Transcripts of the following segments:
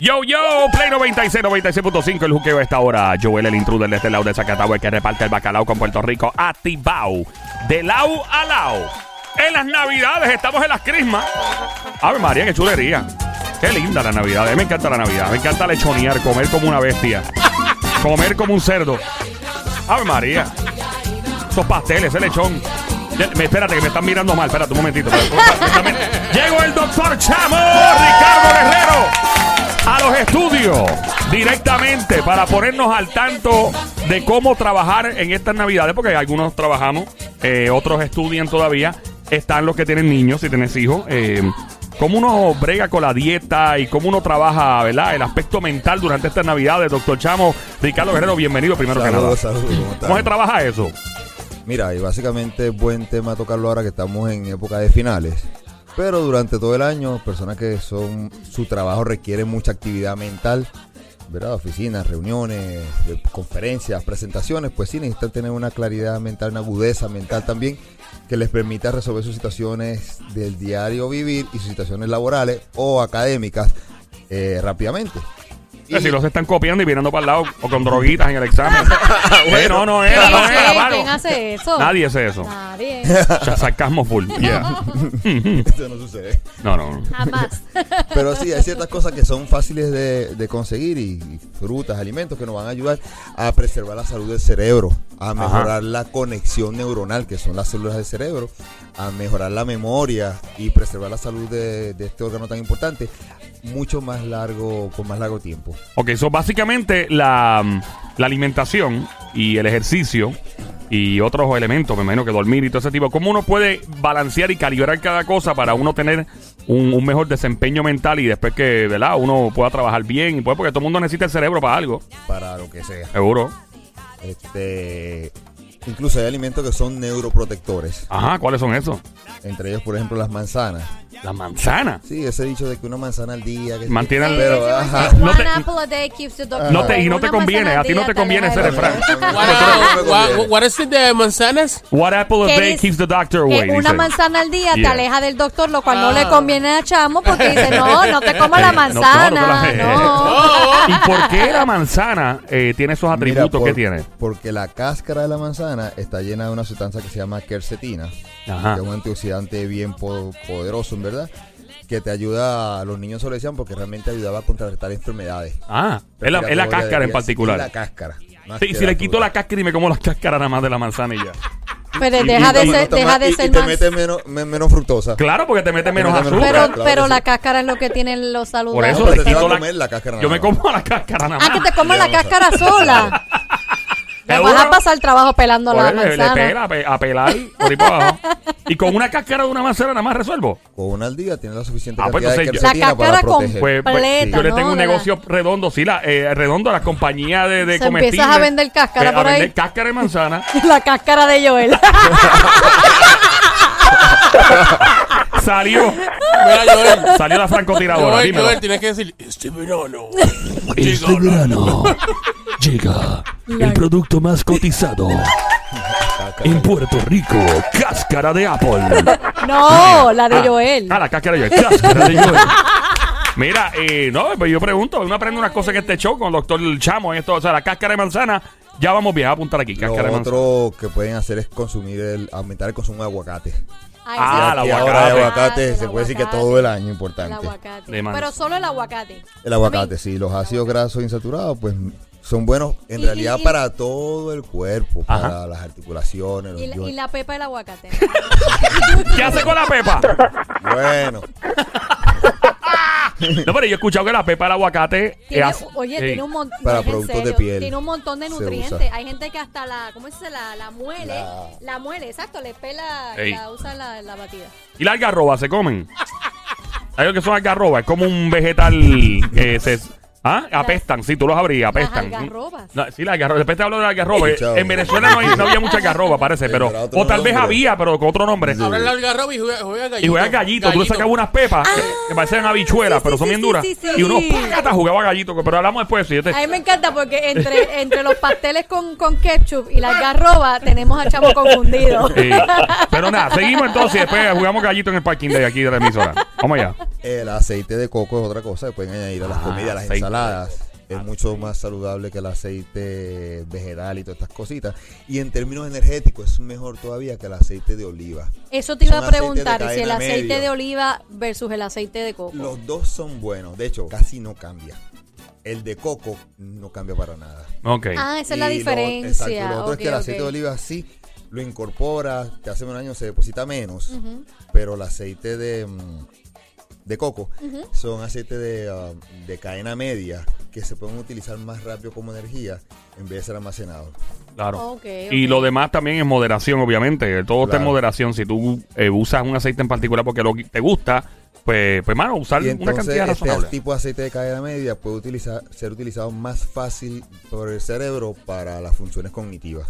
Yo, yo, Play 96, 96.5, el juqueo a esta hora. Joel, el intruder de este lado de Zacatau, el que reparte el bacalao con Puerto Rico, a Tibau, de lau a lau. En las navidades, estamos en las crismas. Ave María, qué chulería. Qué linda la navidad, a mí me encanta la navidad, me encanta lechonear, comer como una bestia, comer como un cerdo. Ave María, esos pasteles, ese lechón. Ya, me- espérate, que me están mirando mal, espérate un momentito. Llegó el doctor Chamo, Ricardo Guerrero a los estudios directamente para ponernos al tanto de cómo trabajar en estas navidades, porque algunos trabajamos, eh, otros estudian todavía, están los que tienen niños, si tienes hijos, eh, cómo uno brega con la dieta y cómo uno trabaja, ¿verdad? El aspecto mental durante estas navidades, doctor Chamo, Ricardo Guerrero, bienvenido primero que nada. Saludos, saludos, ¿cómo ¿Cómo se estás? trabaja eso? Mira, y básicamente es buen tema tocarlo ahora que estamos en época de finales. Pero durante todo el año, personas que son su trabajo requiere mucha actividad mental, ¿verdad? Oficinas, reuniones, eh, conferencias, presentaciones, pues sí necesitan tener una claridad mental, una agudeza mental también que les permita resolver sus situaciones del diario vivir y sus situaciones laborales o académicas eh, rápidamente. Eh, Si los están copiando y mirando para el lado o con droguitas en el examen. Eh, no, no ¿Quién era, no hace- era, mano. ¿Quién hace eso? Nadie hace eso. Nadie. Ya, Sarcasmo full. Eso no sucede. No, no, no. Jamás. Pero sí, hay ciertas cosas que son fáciles de, de conseguir y, y frutas, alimentos que nos van a ayudar a preservar la salud del cerebro, a mejorar la conexión neuronal, que son las células del cerebro, a mejorar la memoria y preservar la salud de, de este órgano tan importante, mucho más largo, con más largo tiempo. Ok, eso básicamente la, la alimentación y el ejercicio y otros elementos, me imagino que dormir y todo ese tipo. ¿Cómo uno puede balancear y calibrar cada cosa para uno tener un, un mejor desempeño mental y después que, ¿verdad? Uno pueda trabajar bien y puede, porque todo el mundo necesita el cerebro para algo, Para lo que sea. seguro. Este, incluso hay alimentos que son neuroprotectores, Ajá, ¿cuáles son esos? entre ellos, por ejemplo, las manzanas. La manzana. Sí, ese dicho de que una manzana al día. Que Mantiene al- pero, One ajá. No te- apple a day keeps the doctor No te, y no away. te Una conviene, a ti no manzana te al día conviene te ser aleja refrán. del- What- What, what, what is it de manzanas? What apple a Que day dice- keeps the doctor que away. una dice. manzana al día Yeah. te aleja del doctor, lo cual no Ah. le conviene a Chamo porque dice, no, no te comas la Eh, no, no, no te la- manzana, no. Oh, ¿Y por qué la manzana eh, tiene esos Mira, atributos que por- tiene? Porque la cáscara de la manzana está llena de una sustancia que se llama quercetina, Ajá. que es un antioxidante bien po- poderoso, en verdad, que te ayuda, a los niños se lo decían, porque realmente ayudaba a contrarrestar enfermedades. Ah, es la, es la Respiratoria, cáscara en es particular. la cáscara. más Sí, que si la le quito fruta. la cáscara y me como la cáscara nada más de la manzana y ya. Pero Y- deja y- de y- ser, No, deja y- de y ser te más. mete menos, men- menos fructosa. Claro, porque te mete menos Te mete azúcar. menos Pero, claro que pero sí. la cáscara es lo que tienen los por saludables. eso No, le pero te quito vas a la, comer la Yo cáscara me nada más. como la cáscara nada más. Ah, que te comas la Dios. cáscara sola. Te Seguro. vas a pasar trabajo pelando la Oye, le- le manzana. pela, pe- a pelar por ahí para abajo. Y con una cáscara de una manzana nada más resuelvo. Con una al día tiene la suficiente Ah, pues cantidad de entonces yo- quercetina La para cáscara proteger. Pues, pues, Completa, yo le ¿no? tengo un De la- negocio redondo, sí, la, eh, redondo a la compañía de, de Se empiezas a comestibles, vender cáscara eh, por a ahí. vender cáscara de manzana. La cáscara de Joel. Salió, mira, Joel. salió la francotiradora. Joel, Dímelo. Joel, tienes que decir, este verano. Este verano llega el producto más cotizado en Puerto Rico, cáscara de Apple. No, la de Joel. Ah, la cáscara de Joel. Cáscara de Joel. Mira, eh, no, pues yo pregunto, uno aprende unas cosas en este show con el doctor Chamo, en esto, o sea, la cáscara de manzana, ya vamos bien, voy a apuntar aquí, Lo cáscara de manzana. otro que pueden hacer es consumir el, aumentar el consumo de aguacate. Ay, Ah, sí. el Y aguacate. ahora el Ah, aguacate el se puede decir que aguacate. todo el año es El importante. aguacate. De manzana. Pero solo el aguacate. El aguacate, sí. Los ácidos grasos insaturados, pues son buenos en Y- realidad y- y- para todo el cuerpo, Ajá. para las articulaciones, los Y, la- y joints. la pepa del aguacate. ¿Qué hace con la pepa? Bueno, No, pero yo he escuchado que la pepa del aguacate eh, Tiene- hace- oye, sí. tiene un montón. Para productos de piel. Tiene un montón de Se nutrientes. usa. Hay gente que hasta la, ¿cómo se dice? La, la muele. La... La- muele, exacto. Le pela, Ey. la usa la, la batida. Y la algarroba, ¿se comen? Hay lo que son algarrobas, es como un vegetal que se... ¿Ah? Apestan, sí, tú los abrías, apestan. Las algarrobas. No, sí, la algarroba. Después te hablo de la algarroba. Escuchado. En Venezuela no, hay- no había mucha algarroba, parece, pero... Tendrá otro O tal vez nombre. había, pero con otro nombre. Ahora el algarrobo y juega, juega gallito. Y juegas gallito, tú le sacas unas pepas que, que parecen habichuelas, Ah, Sí, sí, pero son sí, bien sí, duras. sí, sí. Y unos pácatas jugaba gallito, pero hablamos después de eso. Yo A te- mí me encanta porque entre, entre los pasteles con, con ketchup y la algarroba tenemos a Chamo confundido. Eh, pero nada, seguimos entonces y después jugamos gallito en el parking de aquí de la emisora. Vamos allá. El aceite de coco es otra cosa que pueden añadir a las Ah, comidas, a las aceite. Ah, ensaladas. Es mucho más saludable que el aceite vegetal y todas estas cositas. Y en términos energéticos es mejor todavía que el aceite de oliva. Eso te iba Son a aceites de preguntar, si el cadena aceite medio. de oliva versus el aceite de coco. Los dos son buenos. De hecho, casi no cambia. El de coco no cambia para nada. Ok. Ah, esa es la Y lo- diferencia. exacto, lo otro es Ok, que el aceite ok. de oliva sí lo incorpora, te hace un año se deposita menos, pero el aceite de, mm, de coco son aceites de, ah, de cadena media que se pueden utilizar más rápido como energía en vez de ser almacenados. Claro. Ok, Y ok. lo demás también es moderación, obviamente. Todo está en Claro. moderación. Si tú eh, usas un aceite en particular porque lo que te gusta, pues, pues mano, usar Y una entonces cantidad este razonable. tipo de aceite de cadena media puede utilizar, ser utilizado más fácil por el cerebro para las funciones cognitivas.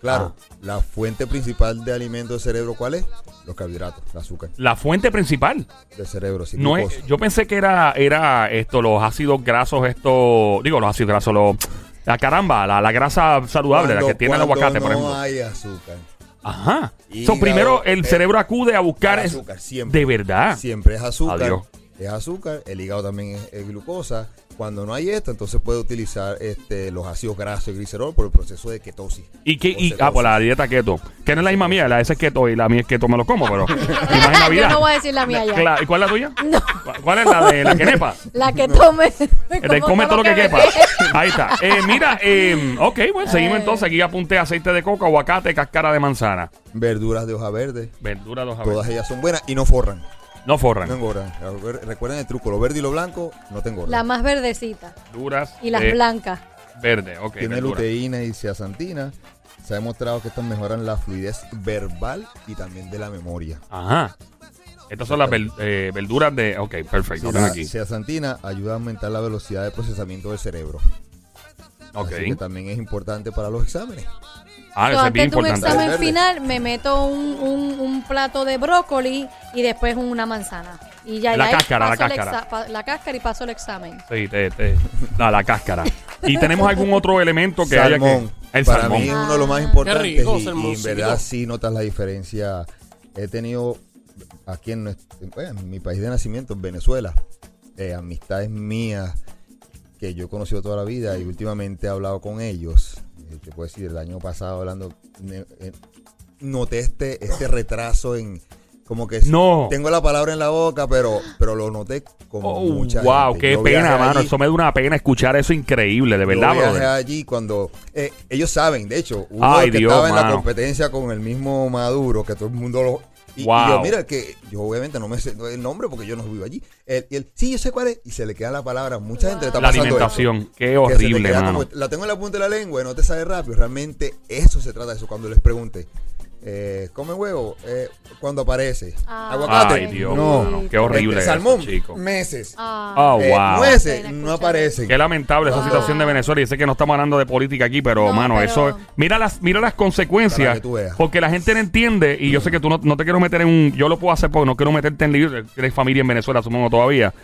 Claro, Ah. la fuente principal de alimento del cerebro, ¿cuál es? Los carbohidratos, el azúcar La fuente principal. del cerebro. sí, No glucosa. es, yo pensé que era, era esto, los ácidos grasos, esto, digo, los ácidos grasos, los, la caramba, la, la grasa saludable, la Cuando- que tiene el cuando aguacate, por no ejemplo. hay azúcar. Ajá. Hígado, So, primero el eh, cerebro acude a buscar es- azúcar, siempre. de verdad. Siempre es azúcar. Adiós. Es azúcar. El hígado también es, es glucosa. Cuando no hay esto, entonces puede utilizar este, los ácidos grasos y glicerol por el proceso de ketosis. Y que, O y, cetosis. ah, pues la dieta keto. Que no es la misma mía, la de esa es keto y la mía es keto, me lo como, pero. y más en Navidad. Yo no voy a decir la mía ya. Cla- ¿Y cuál es la tuya? ¿Cu- ¿Cuál es la de la que nepa? La que tome. Eh, De como come todo lo que me quepa. quede. Ahí está. Eh, mira, eh, ok, bueno, seguimos entonces. Aquí apunté aceite de coco, aguacate, cáscara de manzana. Verduras de hoja verde. Verduras, dos Todas ellas son buenas y no forran. No forran. No engordan. Recuerden el truco: lo verde y lo blanco no te engordan. La más verdecita Verduras. y las eh, blancas. Verde, ok. Tiene verduras. luteína y zeaxantina. Se ha demostrado que estas mejoran la fluidez verbal y también de la memoria. Ajá. Estas son las ver- eh, verduras de. Ok, perfecto. Sí, ven la aquí. zeaxantina ayuda a aumentar la velocidad de procesamiento del cerebro. Ok. Así que también es importante para los exámenes. Ah, So, eso es bien antes de un importante. examen Verde. final me meto un, un- un plato de brócoli y después una manzana. Y ya La ya ahí cáscara, la paso el cáscara. exa- pa- la cáscara y paso el examen. Sí, te, te- la, la cáscara. ¿Y tenemos algún otro elemento que haya salmón. que.? El para salmón. mí es uno de los más importantes. Qué rico, y- y, en salmoncito. verdad sí notas la diferencia. He tenido aquí en, nuestro- en mi país de nacimiento, en Venezuela, eh, amistades mías que yo he conocido toda la vida y últimamente he hablado con ellos. Eh, Te puedo decir, el año pasado hablando, ne- eh, noté este, este retraso en... Como que No. tengo la palabra en la boca, pero, pero lo noté con Oh, mucha wow, gente. qué Yo pena, viajé mano. allí- Eso me da una pena escuchar eso increíble, de yo verdad, viajé brother. allí cuando eh, ellos saben, de hecho, uno Ay, que Dios, estaba en la mano. competencia con el mismo Maduro, que todo el mundo lo y, y Wow. yo, mira que yo obviamente no me sé el nombre porque yo no vivo allí. Él, y él, sí, yo sé cuál es y se le queda la palabra, mucha gente le está La pasando esto. alimentación, qué Que se te horrible, queda mano. como- este. la tengo en la punta de la lengua y no te sabe rápido. Realmente eso se trata de eso. Cuando les pregunte, eh, ¿come huevo? Eh, cuando aparece. Ah. Aguacate. Ay, Dios, no. mano, qué Este, horrible. eso, salmón, chico. meses. Ah, Oh, Eh, wow. Nueces, Pena no escuchar. aparecen. Qué lamentable esa Wow. situación de Venezuela. Y sé que no estamos hablando de política aquí, pero, No, mano, pero- eso es- Mira las, mira las Para consecuencias. que tú veas. Porque la gente no entiende. Y yo sé que tú no, no te quiero meter en un. Yo lo puedo hacer porque no quiero meterte en lío. Tienes familia en Venezuela, supongo, todavía.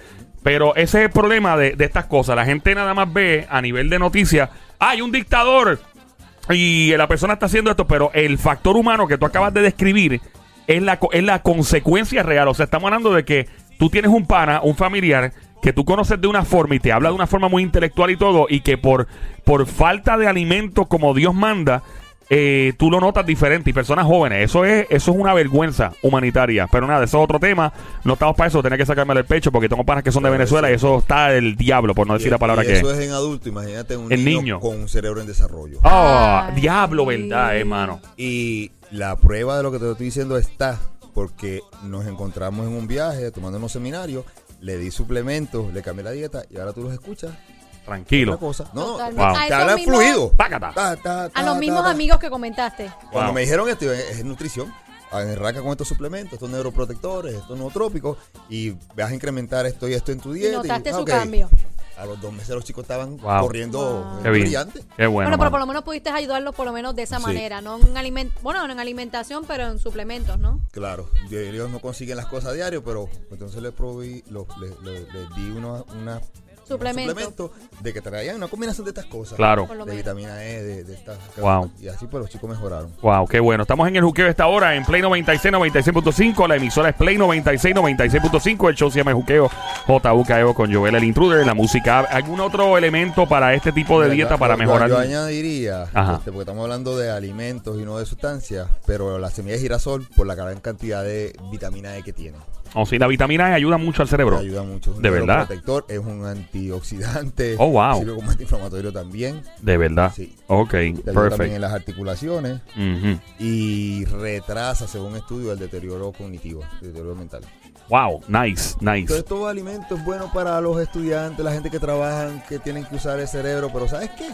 Pero ese es el problema de, de estas cosas. La gente nada más ve a nivel de noticias. Hay un dictador. Y la persona está haciendo esto, pero el factor humano que tú acabas de describir es la, co- es la consecuencia real. O sea, estamos hablando de que tú tienes un pana, un familiar, que tú conoces de una forma y te habla de una forma muy intelectual y todo, y que por, por falta de alimento como Dios manda, eh, tú lo notas diferente. Y personas jóvenes, eso es, eso es una vergüenza humanitaria. Pero nada, eso es otro tema. No estamos para eso, tenía que sacarme del pecho porque tengo panas que son de Venezuela y eso está del diablo, por no decir la Y- palabra y que es. Eso es en adulto, imagínate un En niño, niño. con un cerebro en desarrollo. Ah, Ay. diablo, verdad, hermano. Y la prueba de lo que te estoy diciendo está porque nos encontramos en un viaje tomando unos seminarios, le di suplementos, le cambié la dieta y ahora tú los escuchas. Tranquilo. Una cosa. No, Totalmente. Wow. A te esos hablan mismos- fluido. Pácata. Ta, ta, ta, A los ta, mismos ta. amigos que comentaste. Cuando Wow. me dijeron esto, yo, es nutrición. Arranca con estos suplementos, estos neuroprotectores, estos nootrópicos y vas a incrementar esto y esto en tu Y dieta. notaste ah, su ok. cambio. A los dos meses los chicos estaban Wow. corriendo Wow. eh, Qué bien. brillantes. Qué bueno. Bueno, pero por mano. lo menos pudiste ayudarlos por lo menos de esa Sí. manera, no en aliment bueno, no en alimentación, pero en suplementos, ¿no? Claro, yo- ellos no consiguen las cosas a diario, pero entonces les, provi, lo- le- le- les di unos unas Suplemento. suplemento de que traían una combinación de estas cosas. Claro. Por lo De menos. vitamina E, de, de estas. Wow. Y así pues los chicos mejoraron. Wow, qué bueno. Estamos en el juqueo a esta hora en Play 96, 96.5. La emisora es Play 96, 96.5. El show se llama El Juqueo JUKEO E con Joel el Intruder. La música. ¿Algún otro elemento para este tipo de Mira, dieta yo- para yo- mejorar? Yo, añadiría, Ajá. este, porque estamos hablando de alimentos y no de sustancias, pero la semilla de girasol, por la gran cantidad de vitamina E que tiene, O sí, la vitamina E ayuda mucho al cerebro. ayuda mucho. Es un ¿De verdad? protector, es un antioxidante. Oh, wow. Sirve como antiinflamatorio también. De verdad. Sí. Ok, Te ayuda también perfect. en las articulaciones Ujú. y retrasa, según estudio, el deterioro cognitivo, el deterioro mental. Wow, nice, Entonces, nice. estos alimentos buenos para los estudiantes, la gente que trabajan, que tienen que usar el cerebro, pero ¿sabes qué?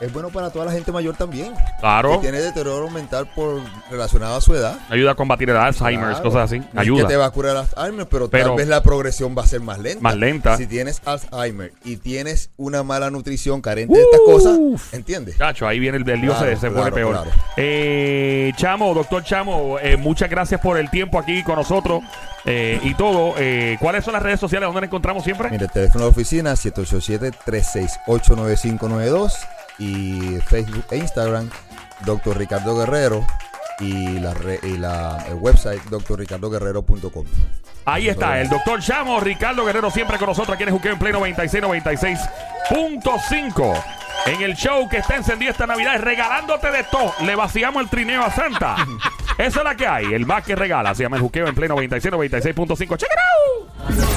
Es bueno para toda la gente mayor también. Claro. Que tiene deterioro mental por relacionado a su edad. Ayuda a combatir el Alzheimer, Claro. cosas así. No es Que te Ayuda. va a curar Alzheimer, pero, Pero- tal vez la progresión va a ser más lenta. Más lenta. Si tienes Alzheimer y tienes una mala nutrición carente de estas cosas, ¿entiendes? Chacho, ahí viene el, el lío, Claro, se, se claro, pone peor. claro. Eh, Chamo, doctor Chamo, eh, muchas gracias por el tiempo aquí con nosotros eh, y todo. Eh, ¿Cuáles son las redes sociales donde nos encontramos siempre? Mira, el teléfono de oficina 787-368-9592 y Facebook e Instagram, Dr. Ricardo Guerrero y la, re- y la el website drricardoguerrero.com. Ahí está, el doctor Chamo, Ricardo Guerrero, siempre con nosotros aquí en el Juqueo en Play 96, 96.5. En el show que está encendido esta Navidad, regalándote de todo. Le vaciamos el trineo a Santa. Esa es la que hay, el más que regala. Se llama el Juqueo en Play 96, 96.5. ¡Check it out!